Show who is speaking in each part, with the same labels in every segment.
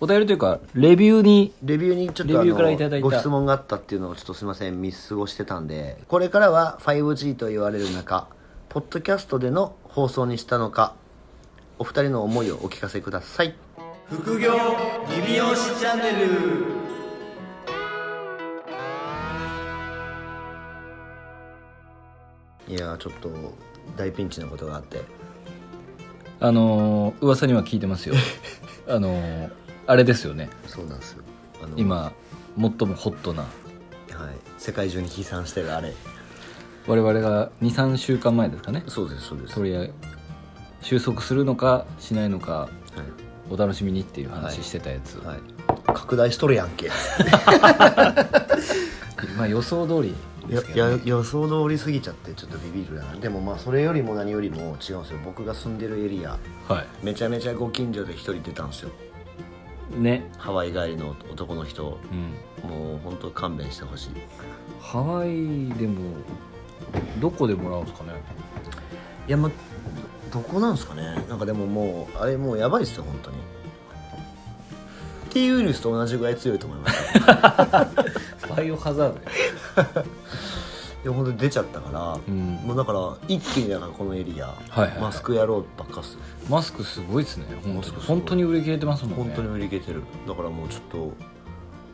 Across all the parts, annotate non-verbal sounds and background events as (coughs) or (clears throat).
Speaker 1: お便りというか、レビューに、
Speaker 2: レビューにちょっと
Speaker 1: レ
Speaker 2: あ
Speaker 1: ビューからいただ
Speaker 2: の
Speaker 1: いた
Speaker 2: ご質問があったっていうのをちょっとすいません見過ごしてたんでこれからは 5G と言われる中ポッドキャストでの放送にしたのかお二人の思いをお聞かせください
Speaker 3: 副業リビオシチャンネル
Speaker 2: いやーちょっと大ピンチなことがあって
Speaker 1: あのー、噂には聞いて (laughs) ますよ。あのー、あれですよね。
Speaker 2: そうなんですよあの
Speaker 1: 今、最もホットな。
Speaker 2: はい世界中に飛散してるあれ
Speaker 1: 我々が2、3週間前ですかね。
Speaker 2: そうですそうです
Speaker 1: とりあえず、収束するのか、しないのか、お楽しみにっていう話してたやつ。
Speaker 2: はい、はい、拡大しとるやんけ
Speaker 1: まあ予想通りで
Speaker 2: や
Speaker 1: すけどね、
Speaker 2: や予想通りすぎちゃってちょっとビビるなでもまあそれよりも何よりも違うんですよ僕が住んでるエリア
Speaker 1: は
Speaker 2: めちゃめちゃご近所で一人出たんですよ
Speaker 1: い。ね。
Speaker 2: ハワイ帰りの男の人
Speaker 1: うん。
Speaker 2: もう本当勘弁してほしい
Speaker 1: ハワイでも、どこでもらうんですかね。
Speaker 2: いやまどどこなんですかねなんかでももうあれもうやばいっすよ本当に T ウイルスと同じぐらい強いと思い (laughs) ますよ
Speaker 1: バイオハザードや。
Speaker 2: でも本当に出ちゃったから、
Speaker 1: うん
Speaker 2: もうだから一気にだからこのエリア、
Speaker 1: いはいはい
Speaker 2: マスク野郎ばっかっすよ
Speaker 1: マスクすごいですね本
Speaker 2: マ
Speaker 1: 当
Speaker 2: ス
Speaker 1: に
Speaker 2: クすごい
Speaker 1: 本当に売り切れてますもん
Speaker 2: 本
Speaker 1: ね
Speaker 2: 当に売り切れてるだからもうちょっ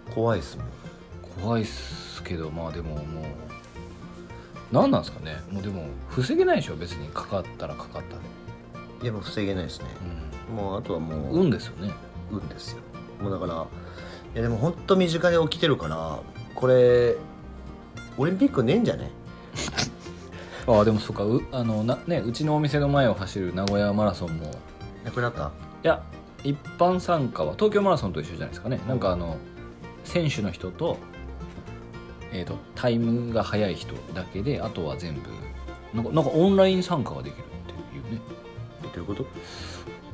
Speaker 2: と怖いっすもん
Speaker 1: 怖いっすけどまあでももう何なんですかねもうでも防げないでしょ別にかかったらかかったで、
Speaker 2: いやもう防げないですね、もうあとはも
Speaker 1: うん、
Speaker 2: う
Speaker 1: 運ですよね
Speaker 2: 運ですよもうだからいやでも本当身近で起きてるからこれオリンピックねえんじゃね
Speaker 1: ああでもそっかうあのな、ね、うちのお店の前を走る名古屋マラソンもい
Speaker 2: なくなった
Speaker 1: や一般参加は東京マラソンと一緒じゃないですかねなんかあの選手の人と,、えー、とタイムが速い人だけであとは全部なんかなんかオンライン参加ができるっていうね
Speaker 2: どういうこと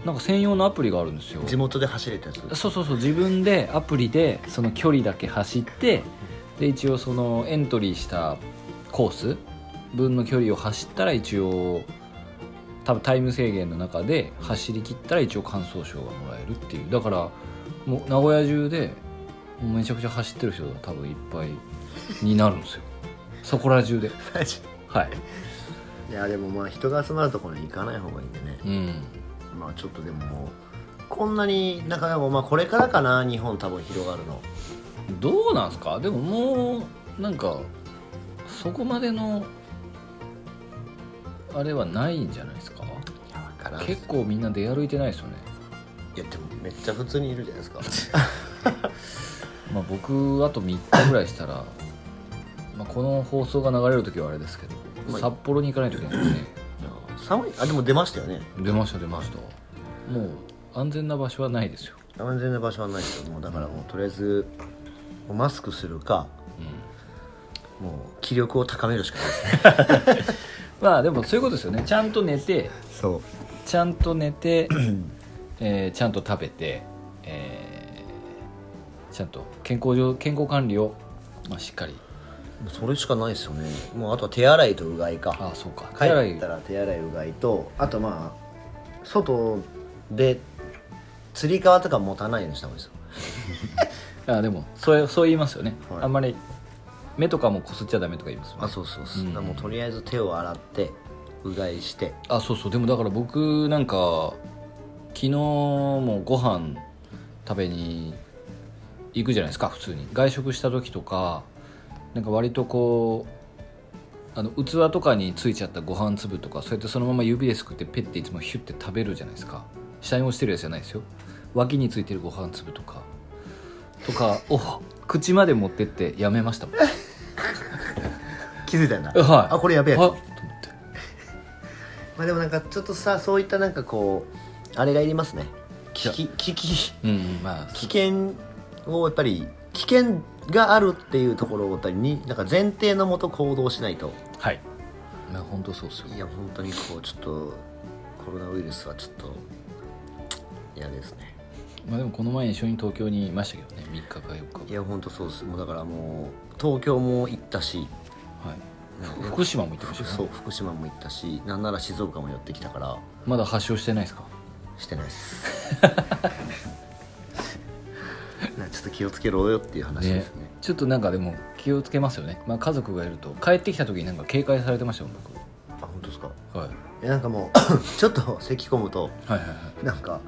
Speaker 1: なんか専用のアプリがあるんですよ
Speaker 2: 地元で走れたやつ
Speaker 1: そうそうそう自分でアプリでその距離だけ走ってで一応そのエントリーしたコース分の距離を走ったら一応多分タイム制限の中で走り切ったら一応感想賞がもらえるっていうだからもう名古屋中でもうめちゃくちゃ走ってる人が多分いっぱいになるんですよそこら中ではい
Speaker 2: いやでもまあ人が集まるところに行かない方がいいんでね、
Speaker 1: うん
Speaker 2: まあちょっとでももうこんなになかなかまあこれからかな日本多分広がるの
Speaker 1: どうなんすかでももうなんかそこまでのあれはないんじゃないですか
Speaker 2: いや分からんっす
Speaker 1: 結構みんな出歩いてないですよね、
Speaker 2: いやでもめっちゃ普通にいるじゃない (laughs) ですか
Speaker 1: まあ、僕あと3日ぐらいしたらまあこの放送が流れる時はあれですけど
Speaker 2: まあ
Speaker 1: 札幌に行かないといけないですね
Speaker 2: 寒いあでも出ましたよね
Speaker 1: 出ました出ましたもう安全な場所はないですよ、
Speaker 2: 安全な場所はないですよもうだからもうとりあえずもうマスクするか
Speaker 1: うん、
Speaker 2: もう気力を高めるしかないですね
Speaker 1: まあでもそういうことですよねちゃんと寝て
Speaker 2: (laughs) そう
Speaker 1: ちゃんと寝
Speaker 2: (clears throat)
Speaker 1: て、えーちゃんと食べて、えーちゃんと健康上健康管理を、まあ、しっかり
Speaker 2: それしかないですよねもうあとは手洗いとうがい
Speaker 1: あ
Speaker 2: か
Speaker 1: あそうか
Speaker 2: 帰
Speaker 1: 手洗い
Speaker 2: ったら手洗いうがいとあとまあ外で釣り革とか持たないようにした方がいいですよ
Speaker 1: ああでもそうそう言いますよね、
Speaker 2: はい
Speaker 1: あんまり目とかもこすっちゃダメとか言いますよね
Speaker 2: あそうそうそう、
Speaker 1: うん
Speaker 2: だからもうとりあえず手を洗ってうがいして
Speaker 1: あそうそうでもだから僕なんか昨日もご飯食べに行くじゃないですか普通に外食した時とかなんか割とこうあの器とかについちゃったご飯粒とかそうやってそのまま指ですくってペッていつもヒュッて食べるじゃないですか下に落ちてるやつじゃないですよ脇についてるご飯粒とかとかを口まで持ってってやめましたもんはい
Speaker 2: (laughs) 気づいたんだ、あこれやべ
Speaker 1: (laughs)
Speaker 2: え
Speaker 1: あ
Speaker 2: やつ
Speaker 1: と思って
Speaker 2: まあでもなんかちょっとさそういったなんかこうあれがいりますね危機危機
Speaker 1: うんうんまあ
Speaker 2: 危険をやっぱり危険があるっていうところをやっぱりになんか前提のもと行動しないと
Speaker 1: はいまあ本当そうっすよ
Speaker 2: いや本当にこうちょっとコロナウイルスはちょっと嫌ですね
Speaker 1: まあでもこの前一緒に東京にいましたけどね3日か4
Speaker 2: い
Speaker 1: 日
Speaker 2: や本当そうですもうだからもう東京も行ったし
Speaker 1: はいふ福島も行ってましたよね
Speaker 2: そう福島も行ったしなんなら静岡も寄ってきたから
Speaker 1: まだ発症してないですか
Speaker 2: (laughs) してないですょっと気をつけろよっていう話ですね
Speaker 1: ちょっとなんかでも気をつけますよね、まあ、家族がいると帰ってきた時になんか警戒されてましたもん僕、
Speaker 2: あ本当ですか
Speaker 1: はい、
Speaker 2: えなんかもうちょっと咳込むと
Speaker 1: はいはいはい
Speaker 2: なんか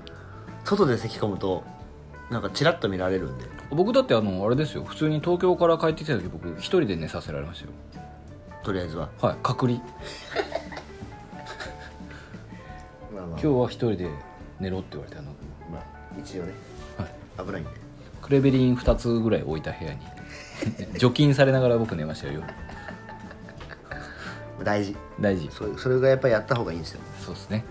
Speaker 2: 外で咳込むとなんかチラッと見られるんで
Speaker 1: 僕だってあのあれですよ普通に東京から帰ってきた時僕一人で寝させられましたよ
Speaker 2: とりあえずは
Speaker 1: はい隔離
Speaker 2: まあま
Speaker 1: 今日は一人で寝ろって言われたの、
Speaker 2: まあ一応ね
Speaker 1: はい、
Speaker 2: 危ないんで
Speaker 1: クレベリン2つぐらい置いた部
Speaker 2: (laughs)
Speaker 1: 屋に除菌されながら僕寝ましたよ
Speaker 2: 大事
Speaker 1: 大事
Speaker 2: そうそれがやっぱりやった方がいいんですよ
Speaker 1: そうですね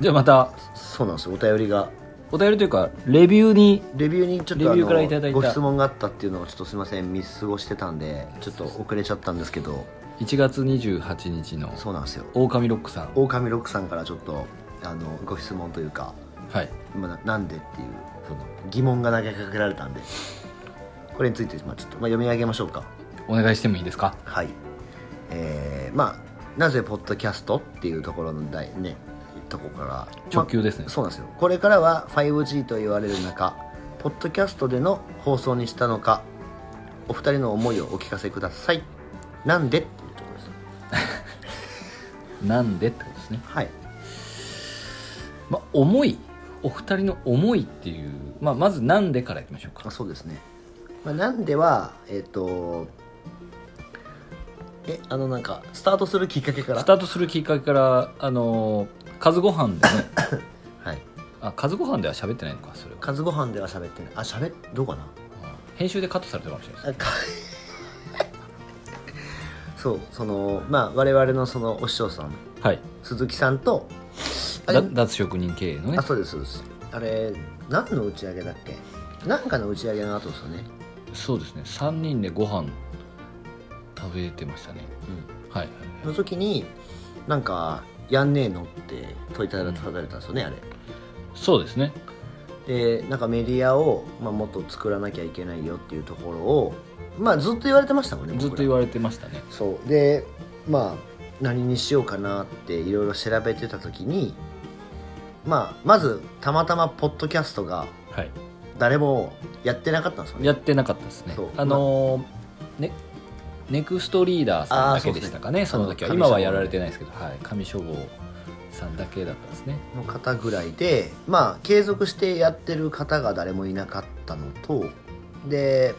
Speaker 1: じゃあまた
Speaker 2: そうなんですよお便りが
Speaker 1: お便りというかレビューに
Speaker 2: レビューにちょっとあ
Speaker 1: レビューからいただ
Speaker 2: の
Speaker 1: いた
Speaker 2: ご質問があったっていうのをちょっとすいません見過ごしてたんでちょっと遅れちゃったんですけど
Speaker 1: 1月28日の
Speaker 2: そうなんですよ
Speaker 1: 狼ロックさん
Speaker 2: 狼ロックさんからちょっとあのご質問というか、
Speaker 1: はい
Speaker 2: まあななんでっていうその疑問が投げかけられたんでこれについて、まあ、ちょっと、まあ、読み上げましょうか
Speaker 1: お願いしてもいいですか
Speaker 2: はいえー、まあなぜポッドキャストっていうところの題ねとこから
Speaker 1: 直球ですね
Speaker 2: まあそうなんですよこれからは 5G と言われる中ポッドキャストでの放送にしたのかお二人の思いをお聞かせくださいなんでっていうところです
Speaker 1: なんでってことですね
Speaker 2: はい
Speaker 1: まあ思いお二人の思いっていう、まあ、まずなんでからいきましょう
Speaker 2: あ
Speaker 1: か
Speaker 2: そうですね、まあ、なんではえっ、とえあのなんかスタートするきっかけから
Speaker 1: スタートするきっかけからあのーカズご飯で (coughs) ね
Speaker 2: はい
Speaker 1: あカズご飯では喋ってないのかそれは
Speaker 2: カズご飯では喋ってないあ喋っどうかな
Speaker 1: 編集でカットされてるかもしれないです
Speaker 2: あか (laughs) そうそのまあ我々のそのお師匠さん
Speaker 1: はい
Speaker 2: 鈴木さんとあれ
Speaker 1: だ脱職人経営のね
Speaker 2: あそうですそうですあれ何の打ち上げだっけ何かの打ち上げの後ですよね、
Speaker 1: そうですね3人でご飯食べてましたねはい
Speaker 2: うん、の時になんか「やんねえの?」って問いただただれたんですよねあれ
Speaker 1: そうですね
Speaker 2: でなんかメディアを、まあ、もっと作らなきゃいけないよっていうところをまあずっと言われてましたもんね
Speaker 1: ずっと言
Speaker 2: れ
Speaker 1: われてましたね
Speaker 2: そうでまあ何にしようかなっていろいろ調べてた時にまあまずたまたまポッドキャストが
Speaker 1: はい
Speaker 2: 誰もやってなかったんですよね
Speaker 1: やってなかったですね
Speaker 2: そう
Speaker 1: あのーねネクストリーダーさんだけでしたかね
Speaker 2: あー
Speaker 1: そ
Speaker 2: そう
Speaker 1: の
Speaker 2: ですね
Speaker 1: 時は
Speaker 2: あ
Speaker 1: 今は
Speaker 2: の神書房
Speaker 1: やられてないですけどはい上書房さんだけだったんですね
Speaker 2: の方ぐらいでまあ継続してやってる方が誰もいなかったのとで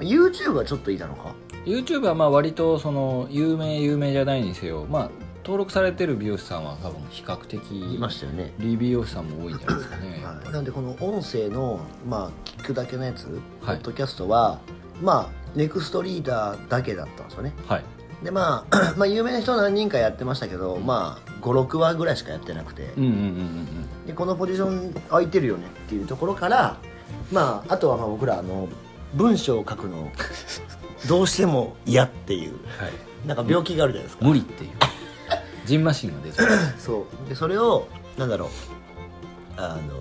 Speaker 2: YouTube はちょっといたのか
Speaker 1: YouTube はまあ割とその有名有名じゃないにせよまあ登録されてる美容師さんは多分比較的
Speaker 2: いましたよね、
Speaker 1: リ美容師さんも多いんじゃないですかね、やっ
Speaker 2: (laughs) は
Speaker 1: ぱ
Speaker 2: い、
Speaker 1: り
Speaker 2: なんでこの音声のまあ聞くだけのやつ、
Speaker 1: はい
Speaker 2: ポッドキャストはまあネクストリーダーだけだったんですよね
Speaker 1: はい
Speaker 2: でまあ (clears throat) まあ有名な人何人かやってましたけど、まあ56話ぐらいしかやってなくて、
Speaker 1: うんうんうんうん
Speaker 2: でこのポジション空いてるよねっていうところからまああとはまあ僕らあの文章を書く (laughs) のどうしても嫌っていう
Speaker 1: はい
Speaker 2: なんか病気があるじゃないですか
Speaker 1: 無理っていうジンマシンが出ちゃう
Speaker 2: そうでそれをなんだろうあの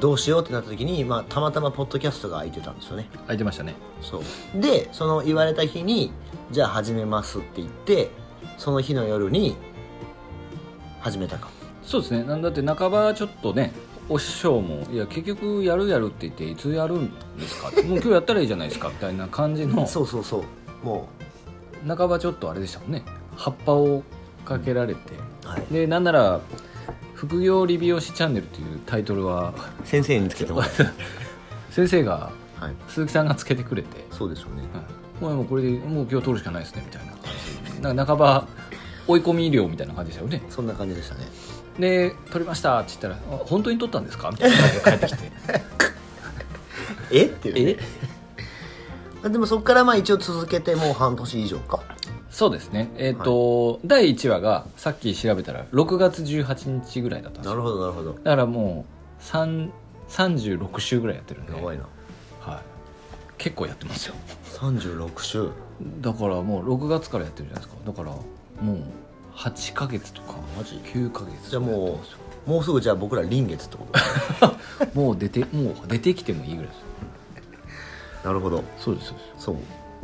Speaker 2: どうしようってなった時に、まあ、たまたまポッドキャストが空いてたんですよね
Speaker 1: 空いてましたね
Speaker 2: そうでその言われた日にじゃあ始めますって言ってその日の夜に始めたか
Speaker 1: そうですねなんだって半ばちょっとねお師匠も「いや結局やるやる」って言って「いつやるんです
Speaker 2: (laughs)
Speaker 1: か?」もう今日やったらいいじゃないですか」みたいな感じの
Speaker 2: そうそうそうも
Speaker 1: 半ばちょっとあれでしたもんね葉っぱをかけられて
Speaker 2: う、はい、
Speaker 1: でなんなら「副業理美容師チャンネル」というタイトルは
Speaker 2: 先生につけてもらった、
Speaker 1: 先生が
Speaker 2: (laughs) はい、
Speaker 1: 鈴木さんがつけてくれて
Speaker 2: そうですよね
Speaker 1: はいもうもうこれでもう今日取るしかないですねみたいな感じなんか半ば追い込み医療みたいな感じでしたよね
Speaker 2: そんな感じでしたね
Speaker 1: で「取りました」って言ったらあ「本当に取ったんですか?」みたいな感じで帰って
Speaker 2: (laughs)
Speaker 1: きて
Speaker 2: えって
Speaker 1: いうね
Speaker 2: えでもそこからまあ一応続けてもう半年以上か
Speaker 1: そうですねえっ、と、第1話がさっき調べたら6月18日ぐらいだったんですよ
Speaker 2: るほどなるほど
Speaker 1: だからもう3 36週ぐらいやってるんで、
Speaker 2: やばいな
Speaker 1: はい、結構やってますよ
Speaker 2: 36週
Speaker 1: だからもう6月からやってるじゃないですかだからもう8ヶ月とか
Speaker 2: マジ
Speaker 1: 9ヶ月
Speaker 2: じゃあもうもうすぐじゃあ僕ら臨月ってこと
Speaker 1: うもう出てもう出てきてもいいぐらいですよ
Speaker 2: (laughs) なるほど
Speaker 1: そうですそうです
Speaker 2: そ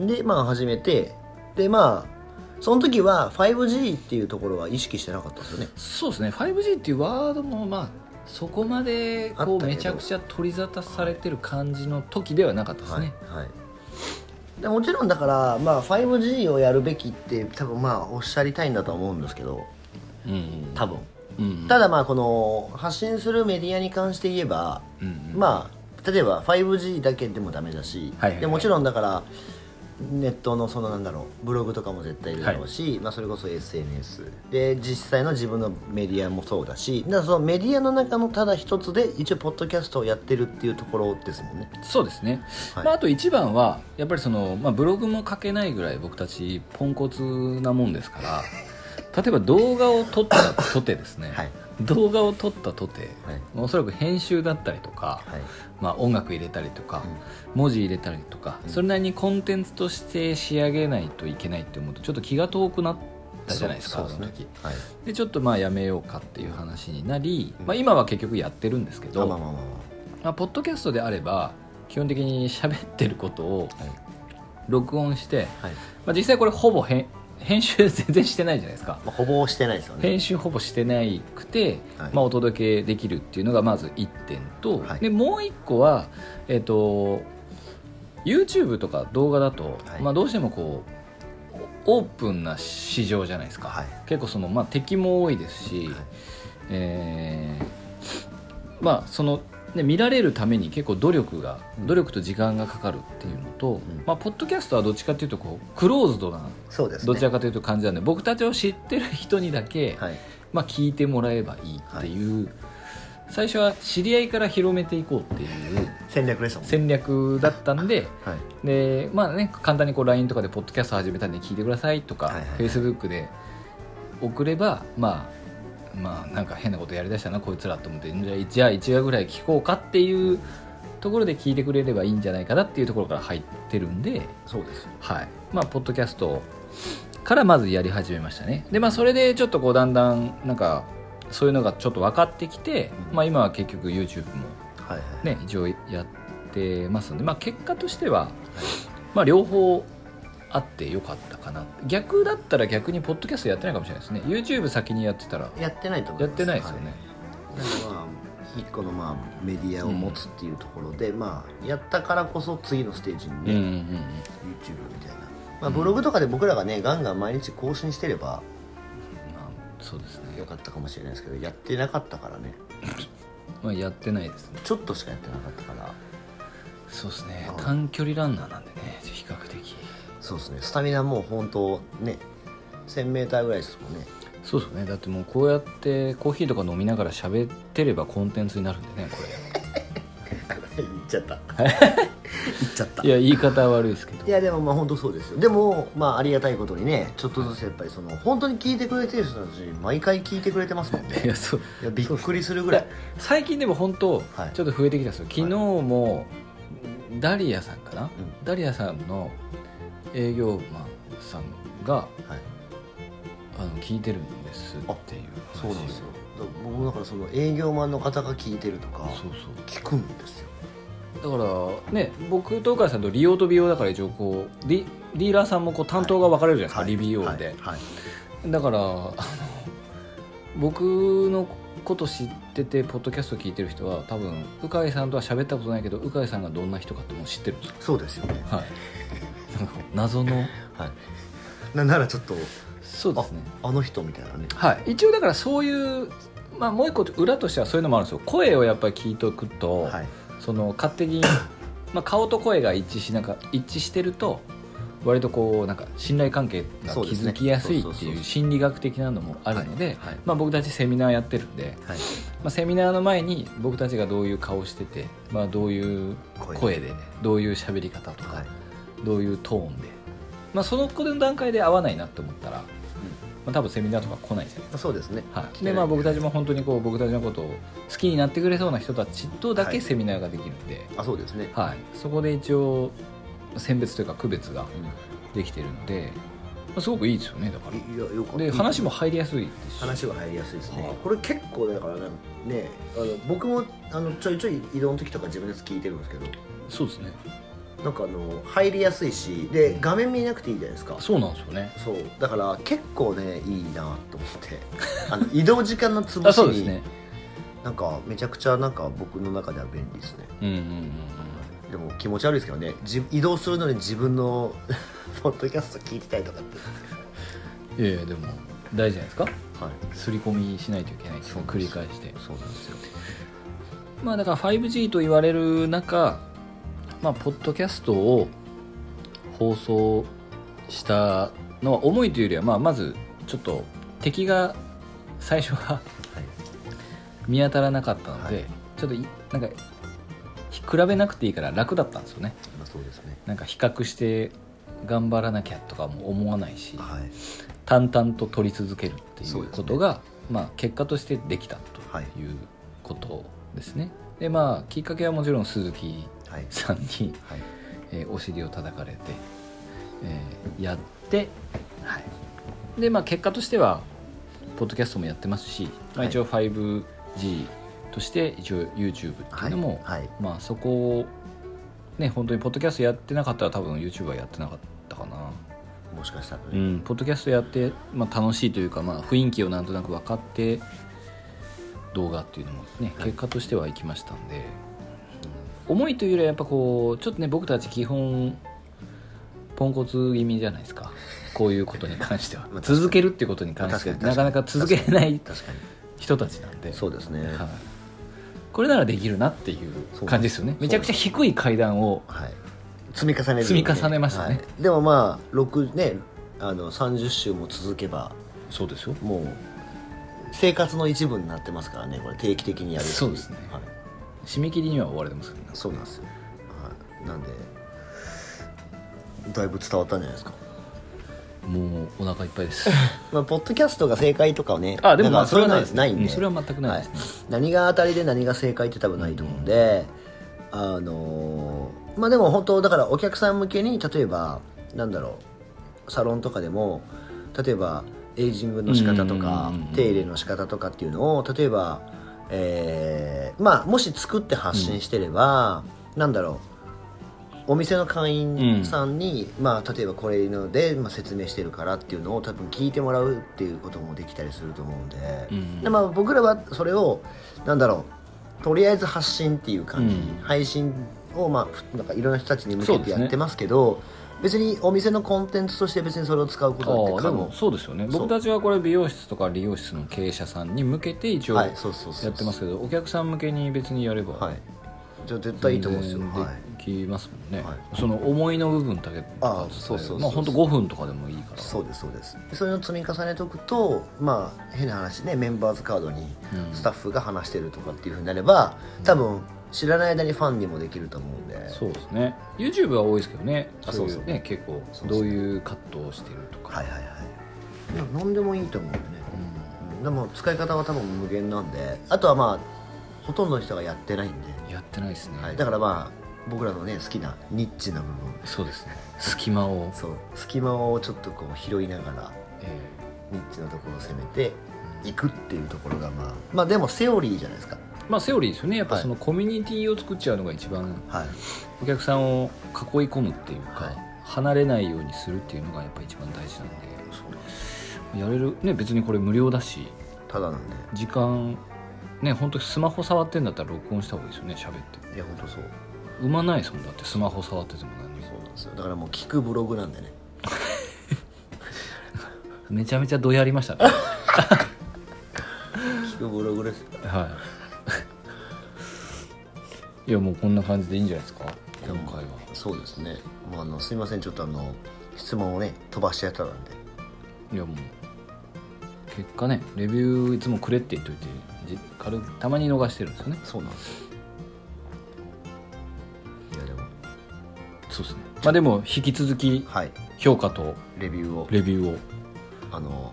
Speaker 2: うでまあ始めてでまあその時は 5G っていうところは意識してなかったですよね
Speaker 1: そうですね 5G っていうワードもまあそこまで
Speaker 2: あ
Speaker 1: こ
Speaker 2: った
Speaker 1: う
Speaker 2: け
Speaker 1: め
Speaker 2: ど
Speaker 1: ちゃくちゃ取り沙汰されてる感じの時ではなかったですね、
Speaker 2: はいでもちろんだから、まあ、5G をやるべきって多分まあおっしゃりたいんだとは思うんですけど
Speaker 1: うん
Speaker 2: 多分
Speaker 1: うんうん
Speaker 2: ただまあこの発信するメディアに関して言えば、
Speaker 1: うん
Speaker 2: まあ例えば 5G だけでもダメだし、
Speaker 1: はいはいはい
Speaker 2: でもちろんだからネットのそのなんだろうブログとかも絶対いるだろうし、まあ、それこそ SNS で実際の自分のメディアもそうだしだからそのメディアの中のただ一つで一応ポッドキャストをやってるっていうところですもんね
Speaker 1: そうですね、
Speaker 2: はい
Speaker 1: まあ、あと一番はやっぱりその、まあ、ブログも書けないぐらい僕たちポンコツなもんです
Speaker 2: (laughs)
Speaker 1: から例えば動画を撮ったとてですね、
Speaker 2: はい
Speaker 1: 動画を撮ったとて、
Speaker 2: はい
Speaker 1: おそらく編集だったりとか、
Speaker 2: はい
Speaker 1: まあ、音楽入れたりとか、文字入れたりとか、それなりにコンテンツとして仕上げないといけないって思うとちょっと気が遠くなったじゃないですか
Speaker 2: そう
Speaker 1: そ
Speaker 2: そう
Speaker 1: の
Speaker 2: です
Speaker 1: 時
Speaker 2: ねはい
Speaker 1: でちょっとまあやめようかっていう話になり、
Speaker 2: うん
Speaker 1: まあ、今は結局やってるんですけど、
Speaker 2: あまあまあまあ
Speaker 1: まあ、ポッドキャストであれば基本的に喋ってることを
Speaker 2: まあはい
Speaker 1: 録音して、
Speaker 2: はい
Speaker 1: まあ、実際これほぼ編編集全然してないじゃないですか
Speaker 2: まあ、ほぼしてないですよね
Speaker 1: 編集ほぼしてないくて、
Speaker 2: はい
Speaker 1: まあ、お届けできるっていうのがまず1点と、
Speaker 2: はい
Speaker 1: でもう1個は、えっと YouTube とか動画だと、
Speaker 2: はい
Speaker 1: まあ、どうしてもこうオープンな市場じゃないですか、
Speaker 2: はい
Speaker 1: 結構その、まあ、敵も多いですし、
Speaker 2: はい
Speaker 1: えーまあその、ね、見られるために結構努力が
Speaker 2: うん
Speaker 1: 努力と時間がかかるっていうのと、
Speaker 2: ん
Speaker 1: まあ、ポッドキャストはどっちかっていうとこうクローズドな
Speaker 2: そうですね
Speaker 1: どちらかというと感じなんで僕たちを知ってる人にだけ、
Speaker 2: はい
Speaker 1: まあ、聞いてもらえばいいっていう、最初は知り合いから広めていこうっていう
Speaker 2: 戦略でしたもんね
Speaker 1: 戦略だったんで。
Speaker 2: はい
Speaker 1: でまあね、簡単にこう LINE とかで「ポッドキャスト始めたんで聞いてください」とか、
Speaker 2: はいはいはい
Speaker 1: Facebook で送ればまあまあなんか変なことやりだしたなこいつらと思ってじゃあじゃあ1話ぐらい聞こうかっていうところで聞いてくれればいいんじゃないかなっていうところから入ってるんで、
Speaker 2: そうです
Speaker 1: はいまあ、ポッドキャストからまずやり始めましたねで、まあ、それでちょっとこうだんだんなんかそういうのがちょっと分かってきて、
Speaker 2: うん
Speaker 1: まあ、今は結局 YouTube も
Speaker 2: はいはい、
Speaker 1: ね、一応やってますので、まあ、結果としては、まあ、両方あってよかったかな逆だったら逆にポッドキャストやってないかもしれないですね YouTube 先にやってたら
Speaker 2: やってないと思
Speaker 1: や
Speaker 2: い
Speaker 1: っ
Speaker 2: ます
Speaker 1: てないですよね、
Speaker 2: はいなのでまあ一個のまあメディアを持つっていうところで、まあやったからこそ次のステージにね、
Speaker 1: うんうん
Speaker 2: YouTube
Speaker 1: うん
Speaker 2: みたいな、まあ、ブログとかで僕らがねガンガン毎日更新してれば
Speaker 1: まあそうですね
Speaker 2: よ、かったかもしれないですけどやってなかったからね
Speaker 1: まあ、やってないですね
Speaker 2: ちょっとしかやってなかったから
Speaker 1: そうですね
Speaker 2: ああ
Speaker 1: 短距離ランナーなんでね比較的
Speaker 2: そうですねスタミナもう本当ね 1000m ぐらいです
Speaker 1: (laughs)
Speaker 2: もんね
Speaker 1: そうですねだってもうこうやってコーヒーとか飲みながら喋ってればコンテンツになるんでねこ
Speaker 2: 言っちゃった (laughs) 言っちゃった
Speaker 1: れ (laughs) いや言い方は悪いですけど
Speaker 2: いやでもまあ本当そうですよでもまあありがたいことにねちょっとずつやっぱりその本当に聞いてくれてる人たち毎回聞いてくれてますもんね
Speaker 1: いやそう
Speaker 2: いやびっくりするぐらい
Speaker 1: 最近でも本当
Speaker 2: はい
Speaker 1: ちょっと増えてきたんですよ、昨日もダリアさんかな、
Speaker 2: う
Speaker 1: ダリアさんの営業マンさんが
Speaker 2: はい
Speaker 1: あの聞いてるんですっていう話
Speaker 2: そうなんですよだから僕もだからその営業マンの方が聞いてるとか
Speaker 1: そう
Speaker 2: 聞くんですよ
Speaker 1: そうだからね僕と岡谷さんと利用と美容だから一応こうディディーラーさんもこう担当が分かれるじゃないですか、リビオーで、
Speaker 2: はいはい
Speaker 1: だからあの僕のこと知っててポッドキャスト聞いてる人は多分鵜飼さんとは喋ったことないけど鵜飼さんがどんな人かってもう知ってるんですよ
Speaker 2: そうですよね
Speaker 1: はいなんかこう (laughs) 謎の
Speaker 2: はいなならちょっと
Speaker 1: そうですね
Speaker 2: ああの人みたいなね
Speaker 1: はい一応だからそういうまあもう一個裏としてはそういうのもあるんですよ声をやっぱり聞いておくと、
Speaker 2: はい
Speaker 1: その勝手にまあ顔と声が一致しなんか一致してると割とこうなんか信頼関係が
Speaker 2: そうです
Speaker 1: 築
Speaker 2: ね
Speaker 1: きやすい
Speaker 2: そう
Speaker 1: っ
Speaker 2: そう
Speaker 1: て
Speaker 2: そう
Speaker 1: い
Speaker 2: そう
Speaker 1: う心理学的なのもあるので、
Speaker 2: はい
Speaker 1: まあ、僕たちセミナーやってるんで、
Speaker 2: は
Speaker 1: ま
Speaker 2: い
Speaker 1: あ、セミナーの前に僕たちがどういう顔してて、まあ、どういう
Speaker 2: 声
Speaker 1: 声でどういう喋り方とか、
Speaker 2: はい
Speaker 1: どういうトーンで、まあ、その子の段階で合わないなと思ったら、まあ、多分セミナーとか来ないじゃないですか。
Speaker 2: そうですね
Speaker 1: はい、でまあ僕たちも本当にこう僕たちのことを好きになってくれそうな人たちとだ
Speaker 2: は
Speaker 1: け
Speaker 2: い
Speaker 1: セミナーができるんで、
Speaker 2: あそうですね
Speaker 1: はいそこで一応選別というか区別が
Speaker 2: うん
Speaker 1: できてるので、まあ、すごくいいですよねだか。
Speaker 2: いいやよからった
Speaker 1: で話も入りやすいですし
Speaker 2: 話は入りやすいですね、
Speaker 1: はい
Speaker 2: これ結構だからねねあの僕もあのちょいちょい移動の時とか自分で聞いてるんですけど
Speaker 1: そうですね
Speaker 2: なんかあの入りやすいしで画面見なくていいじゃないですか
Speaker 1: そうなんですよね
Speaker 2: そうだから結構ねいいなと思ってあの移動時間のつぶ
Speaker 1: あ
Speaker 2: し
Speaker 1: そうです
Speaker 2: に
Speaker 1: ね
Speaker 2: なんかめちゃくちゃなんか僕の中では便利ですね
Speaker 1: うんうんうんうん
Speaker 2: でも気持ち悪いですけどねじ移動するのに自分の (laughs) ポッドキャスト聞いてたりとかって
Speaker 1: いやいやでも大事じゃないですか
Speaker 2: はい
Speaker 1: 刷り込みしないといけない繰り返して
Speaker 2: そうなんですよ
Speaker 1: まあだから 5G と言われる中まあポッドキャストを放送したのは思いというよりは、まあ、まずちょっと敵が最初は (laughs)
Speaker 2: はい
Speaker 1: 見当たらなかったので、
Speaker 2: はい
Speaker 1: ちょっといなんか比べなくていいから楽だったんですよね
Speaker 2: まあそうですね
Speaker 1: なんか比較して頑張らなきゃとかも思わないし
Speaker 2: はい
Speaker 1: 淡々と撮り続けるってい
Speaker 2: そう
Speaker 1: う
Speaker 2: ですね
Speaker 1: ことが、まあ、結果としてできたと
Speaker 2: はい
Speaker 1: いうことですね。でまあきっかけはもちろん鈴木
Speaker 2: はい
Speaker 1: さんに、
Speaker 2: はい
Speaker 1: えーお尻を叩かれて、えーやって、はい、でまあ結果としてはポッドキャストもやってますし、まあ、
Speaker 2: はい
Speaker 1: 一応 5G として一応 YouTube っていうのも、
Speaker 2: はいはい
Speaker 1: まあそこをね本当にポッドキャストやってなかったら多分 YouTube はやってなかったかな。
Speaker 2: もしかしたら
Speaker 1: う
Speaker 2: ね、
Speaker 1: ん、ポッドキャストやって、まあ、楽しいというか、まあ、雰囲気をなんとなく分かって動画っていうのもね結果としてはいきましたんで、思いというよりはやっぱこうちょっとね僕たち基本ポンコツ気味じゃないですかこういうことに関 (laughs) しては
Speaker 2: まあ確かに
Speaker 1: 続けるってことに関しては
Speaker 2: ま
Speaker 1: な
Speaker 2: あ確か
Speaker 1: か
Speaker 2: に
Speaker 1: なか続けれない
Speaker 2: 確かに
Speaker 1: 人たちなんで
Speaker 2: そうです
Speaker 1: は
Speaker 2: ね
Speaker 1: い
Speaker 2: は、
Speaker 1: これならできるなっていう感じですよねめちゃくちゃ低い階段を
Speaker 2: い積み重ねるよね
Speaker 1: 積み重ねましたね
Speaker 2: はいでもまあ6ねあの30週も続けば
Speaker 1: そうですよ
Speaker 2: もう生活の一部になってますからねこれ定期的にやるってい
Speaker 1: そうですね
Speaker 2: はい、
Speaker 1: 締め切りには追われてますけどね
Speaker 2: そうなんですよ、はい、なんでだいぶ伝わったんじゃないですか
Speaker 1: もうお腹いっぱいです (laughs)
Speaker 2: まあ、ポッドキャストが正解とかはね
Speaker 1: あでも
Speaker 2: なん
Speaker 1: まあ
Speaker 2: かそういうのは
Speaker 1: それはな
Speaker 2: ないい
Speaker 1: ですう
Speaker 2: んで、
Speaker 1: んそれは全くないですね
Speaker 2: はい何が当たりで何が正解って多分ないと思うんで、あのーまあでも本当だからお客さん向けに例えばなんだろうサロンとかでも例えばエイジングの仕方とか
Speaker 1: うんうんうんうん
Speaker 2: 手入れの仕方とかっていうのを例えば、えーまあもし作って発信してれば、なんだろうお店の会員さんに、まあ、例えばこれので、まあ、説明してるからっていうのを多分聞いてもらうっていうこともできたりすると思うんで,、
Speaker 1: うん
Speaker 2: でまあ、僕らはそれをなんだろうとりあえず発信っていう感じ、
Speaker 1: うん
Speaker 2: 配信を、まあふ、なんかいろんな人たちに向
Speaker 1: そ
Speaker 2: け
Speaker 1: うで
Speaker 2: て
Speaker 1: す
Speaker 2: や
Speaker 1: ね
Speaker 2: ってますけど別にお店のコンテンツとして別にそれを使うこ
Speaker 1: あ
Speaker 2: とだっ
Speaker 1: ー
Speaker 2: て
Speaker 1: で
Speaker 2: 可
Speaker 1: も
Speaker 2: 能
Speaker 1: そうですよね
Speaker 2: そう
Speaker 1: 僕たちはこれ美容室とか理容室の経営者さんに向けて一応
Speaker 2: はい
Speaker 1: や
Speaker 2: そうそうそうそう
Speaker 1: ってますけどお客さん向けに別にやれば、
Speaker 2: はいじゃあ絶対いいと思うんですよ、
Speaker 1: 全然
Speaker 2: はい、
Speaker 1: できますもんね、
Speaker 2: はい
Speaker 1: その思いの部分だけ
Speaker 2: あーそうそうそうそう
Speaker 1: まあ本当5分とかでもいいから
Speaker 2: そうですそうですそれを積み重ねておくとまあ変な話ねメンバーズカードに
Speaker 1: うん
Speaker 2: スタッフが話してるとかっていうふうになれば多分知らない間にファンにもできると思うんで
Speaker 1: そうですね YouTube は多いですけどね
Speaker 2: あ
Speaker 1: そうい
Speaker 2: そうう
Speaker 1: ね
Speaker 2: そう
Speaker 1: 結構
Speaker 2: そうそ
Speaker 1: ど
Speaker 2: う
Speaker 1: ういうカットをしてるとか、
Speaker 2: はいはいはいいや何でもいいと思うんでね、うんでも使い方は多分無限なんであとはまあほとんどの人がやってないんで、
Speaker 1: やってないですね、
Speaker 2: はい、だからまあ僕らのね好きなニッチな部分
Speaker 1: そうですね隙間を、
Speaker 2: そう隙間をちょっとこう拾いながら
Speaker 1: え
Speaker 2: ニッチなところを攻めていくっていうところがまあまあでもセオリーじゃないですか
Speaker 1: ーまあセオリーですよねやっぱ
Speaker 2: はい
Speaker 1: そのコミュニティを作っちゃうのが一番
Speaker 2: はい
Speaker 1: お客さんを囲い込むっていうか、
Speaker 2: はい
Speaker 1: 離れないようにするっていうのがやっぱ一番大事なん
Speaker 2: そうなんです
Speaker 1: でやれるね別にこれ無料だした
Speaker 2: だなんで
Speaker 1: 時間ね本当にスマホ触ってんだったら録音した方がいいですよね喋って
Speaker 2: いや本当そう
Speaker 1: 生まないですもんだってスマホ触ってても何
Speaker 2: そ
Speaker 1: も
Speaker 2: うなんですよだからもう聞くブログなんでね
Speaker 1: めちゃめちゃどやりま
Speaker 2: (laughs)
Speaker 1: したねは
Speaker 2: 聞くブログです
Speaker 1: (laughs) いいやもうこんな感じでいいんじゃないですか今回は
Speaker 2: そうですね、まあ、あのすいませんちょっとあの質問をね飛ばしちゃったんで
Speaker 1: いやもう結果ねレビューいつもくれって言っといてじ軽くたまに逃してるんですよね
Speaker 2: そうなんですよいやでも
Speaker 1: そうですねまあでも引き続き
Speaker 2: はい
Speaker 1: 評価と
Speaker 2: レビューを
Speaker 1: レビューを
Speaker 2: あの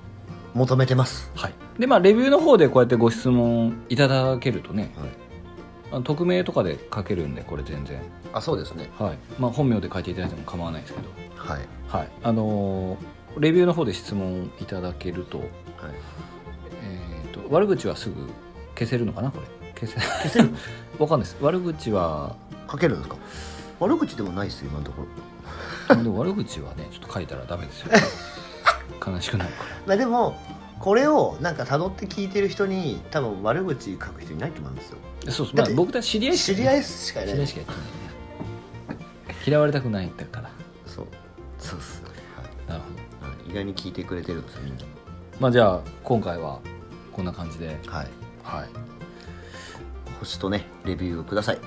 Speaker 2: 求めてます
Speaker 1: はいでまあレビューの方でこうやってご質問いただけるとね
Speaker 2: はい
Speaker 1: あの匿名とかで書けるんでこれ全然
Speaker 2: あそうですね
Speaker 1: はいまあ本名で書いていただいても構わないですけど
Speaker 2: はい
Speaker 1: はいあのーレビューの方で質問いただけると,、
Speaker 2: はい
Speaker 1: えー、と悪口はすぐ消せるのかなこれ消 (laughs) せ消せるわかんないです悪口は
Speaker 2: 書けるんですか悪口でもないですよ今のところ
Speaker 1: でも悪口はねちょっと書いたらダメですよ悲しくなるか
Speaker 2: まあでもこれをなんか辿って聞いてる人に多分悪口書く人いないと思うんですよ
Speaker 1: そうそう、ま
Speaker 2: だっ
Speaker 1: あ
Speaker 2: て、
Speaker 1: 僕たち知り合いし
Speaker 2: 知
Speaker 1: か
Speaker 2: り
Speaker 1: いな
Speaker 2: 合
Speaker 1: い
Speaker 2: いしかい
Speaker 1: 知
Speaker 2: ない
Speaker 1: り合いしかやってない嫌われたくないんだから
Speaker 2: そうそうっすね、
Speaker 1: なるほど
Speaker 2: はいはい、意外に聞いてくれてるんですよみんな
Speaker 1: まあじゃあ今回はこんな感じで
Speaker 2: はい
Speaker 1: はい
Speaker 2: 星とねレビューをください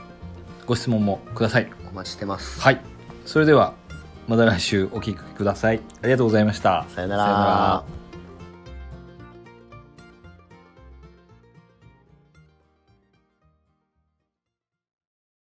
Speaker 1: ご質問もください
Speaker 2: お待ちしてます
Speaker 1: はいそれではまた来週お聞きくださいありがとうございました
Speaker 2: さよなら
Speaker 1: さよなら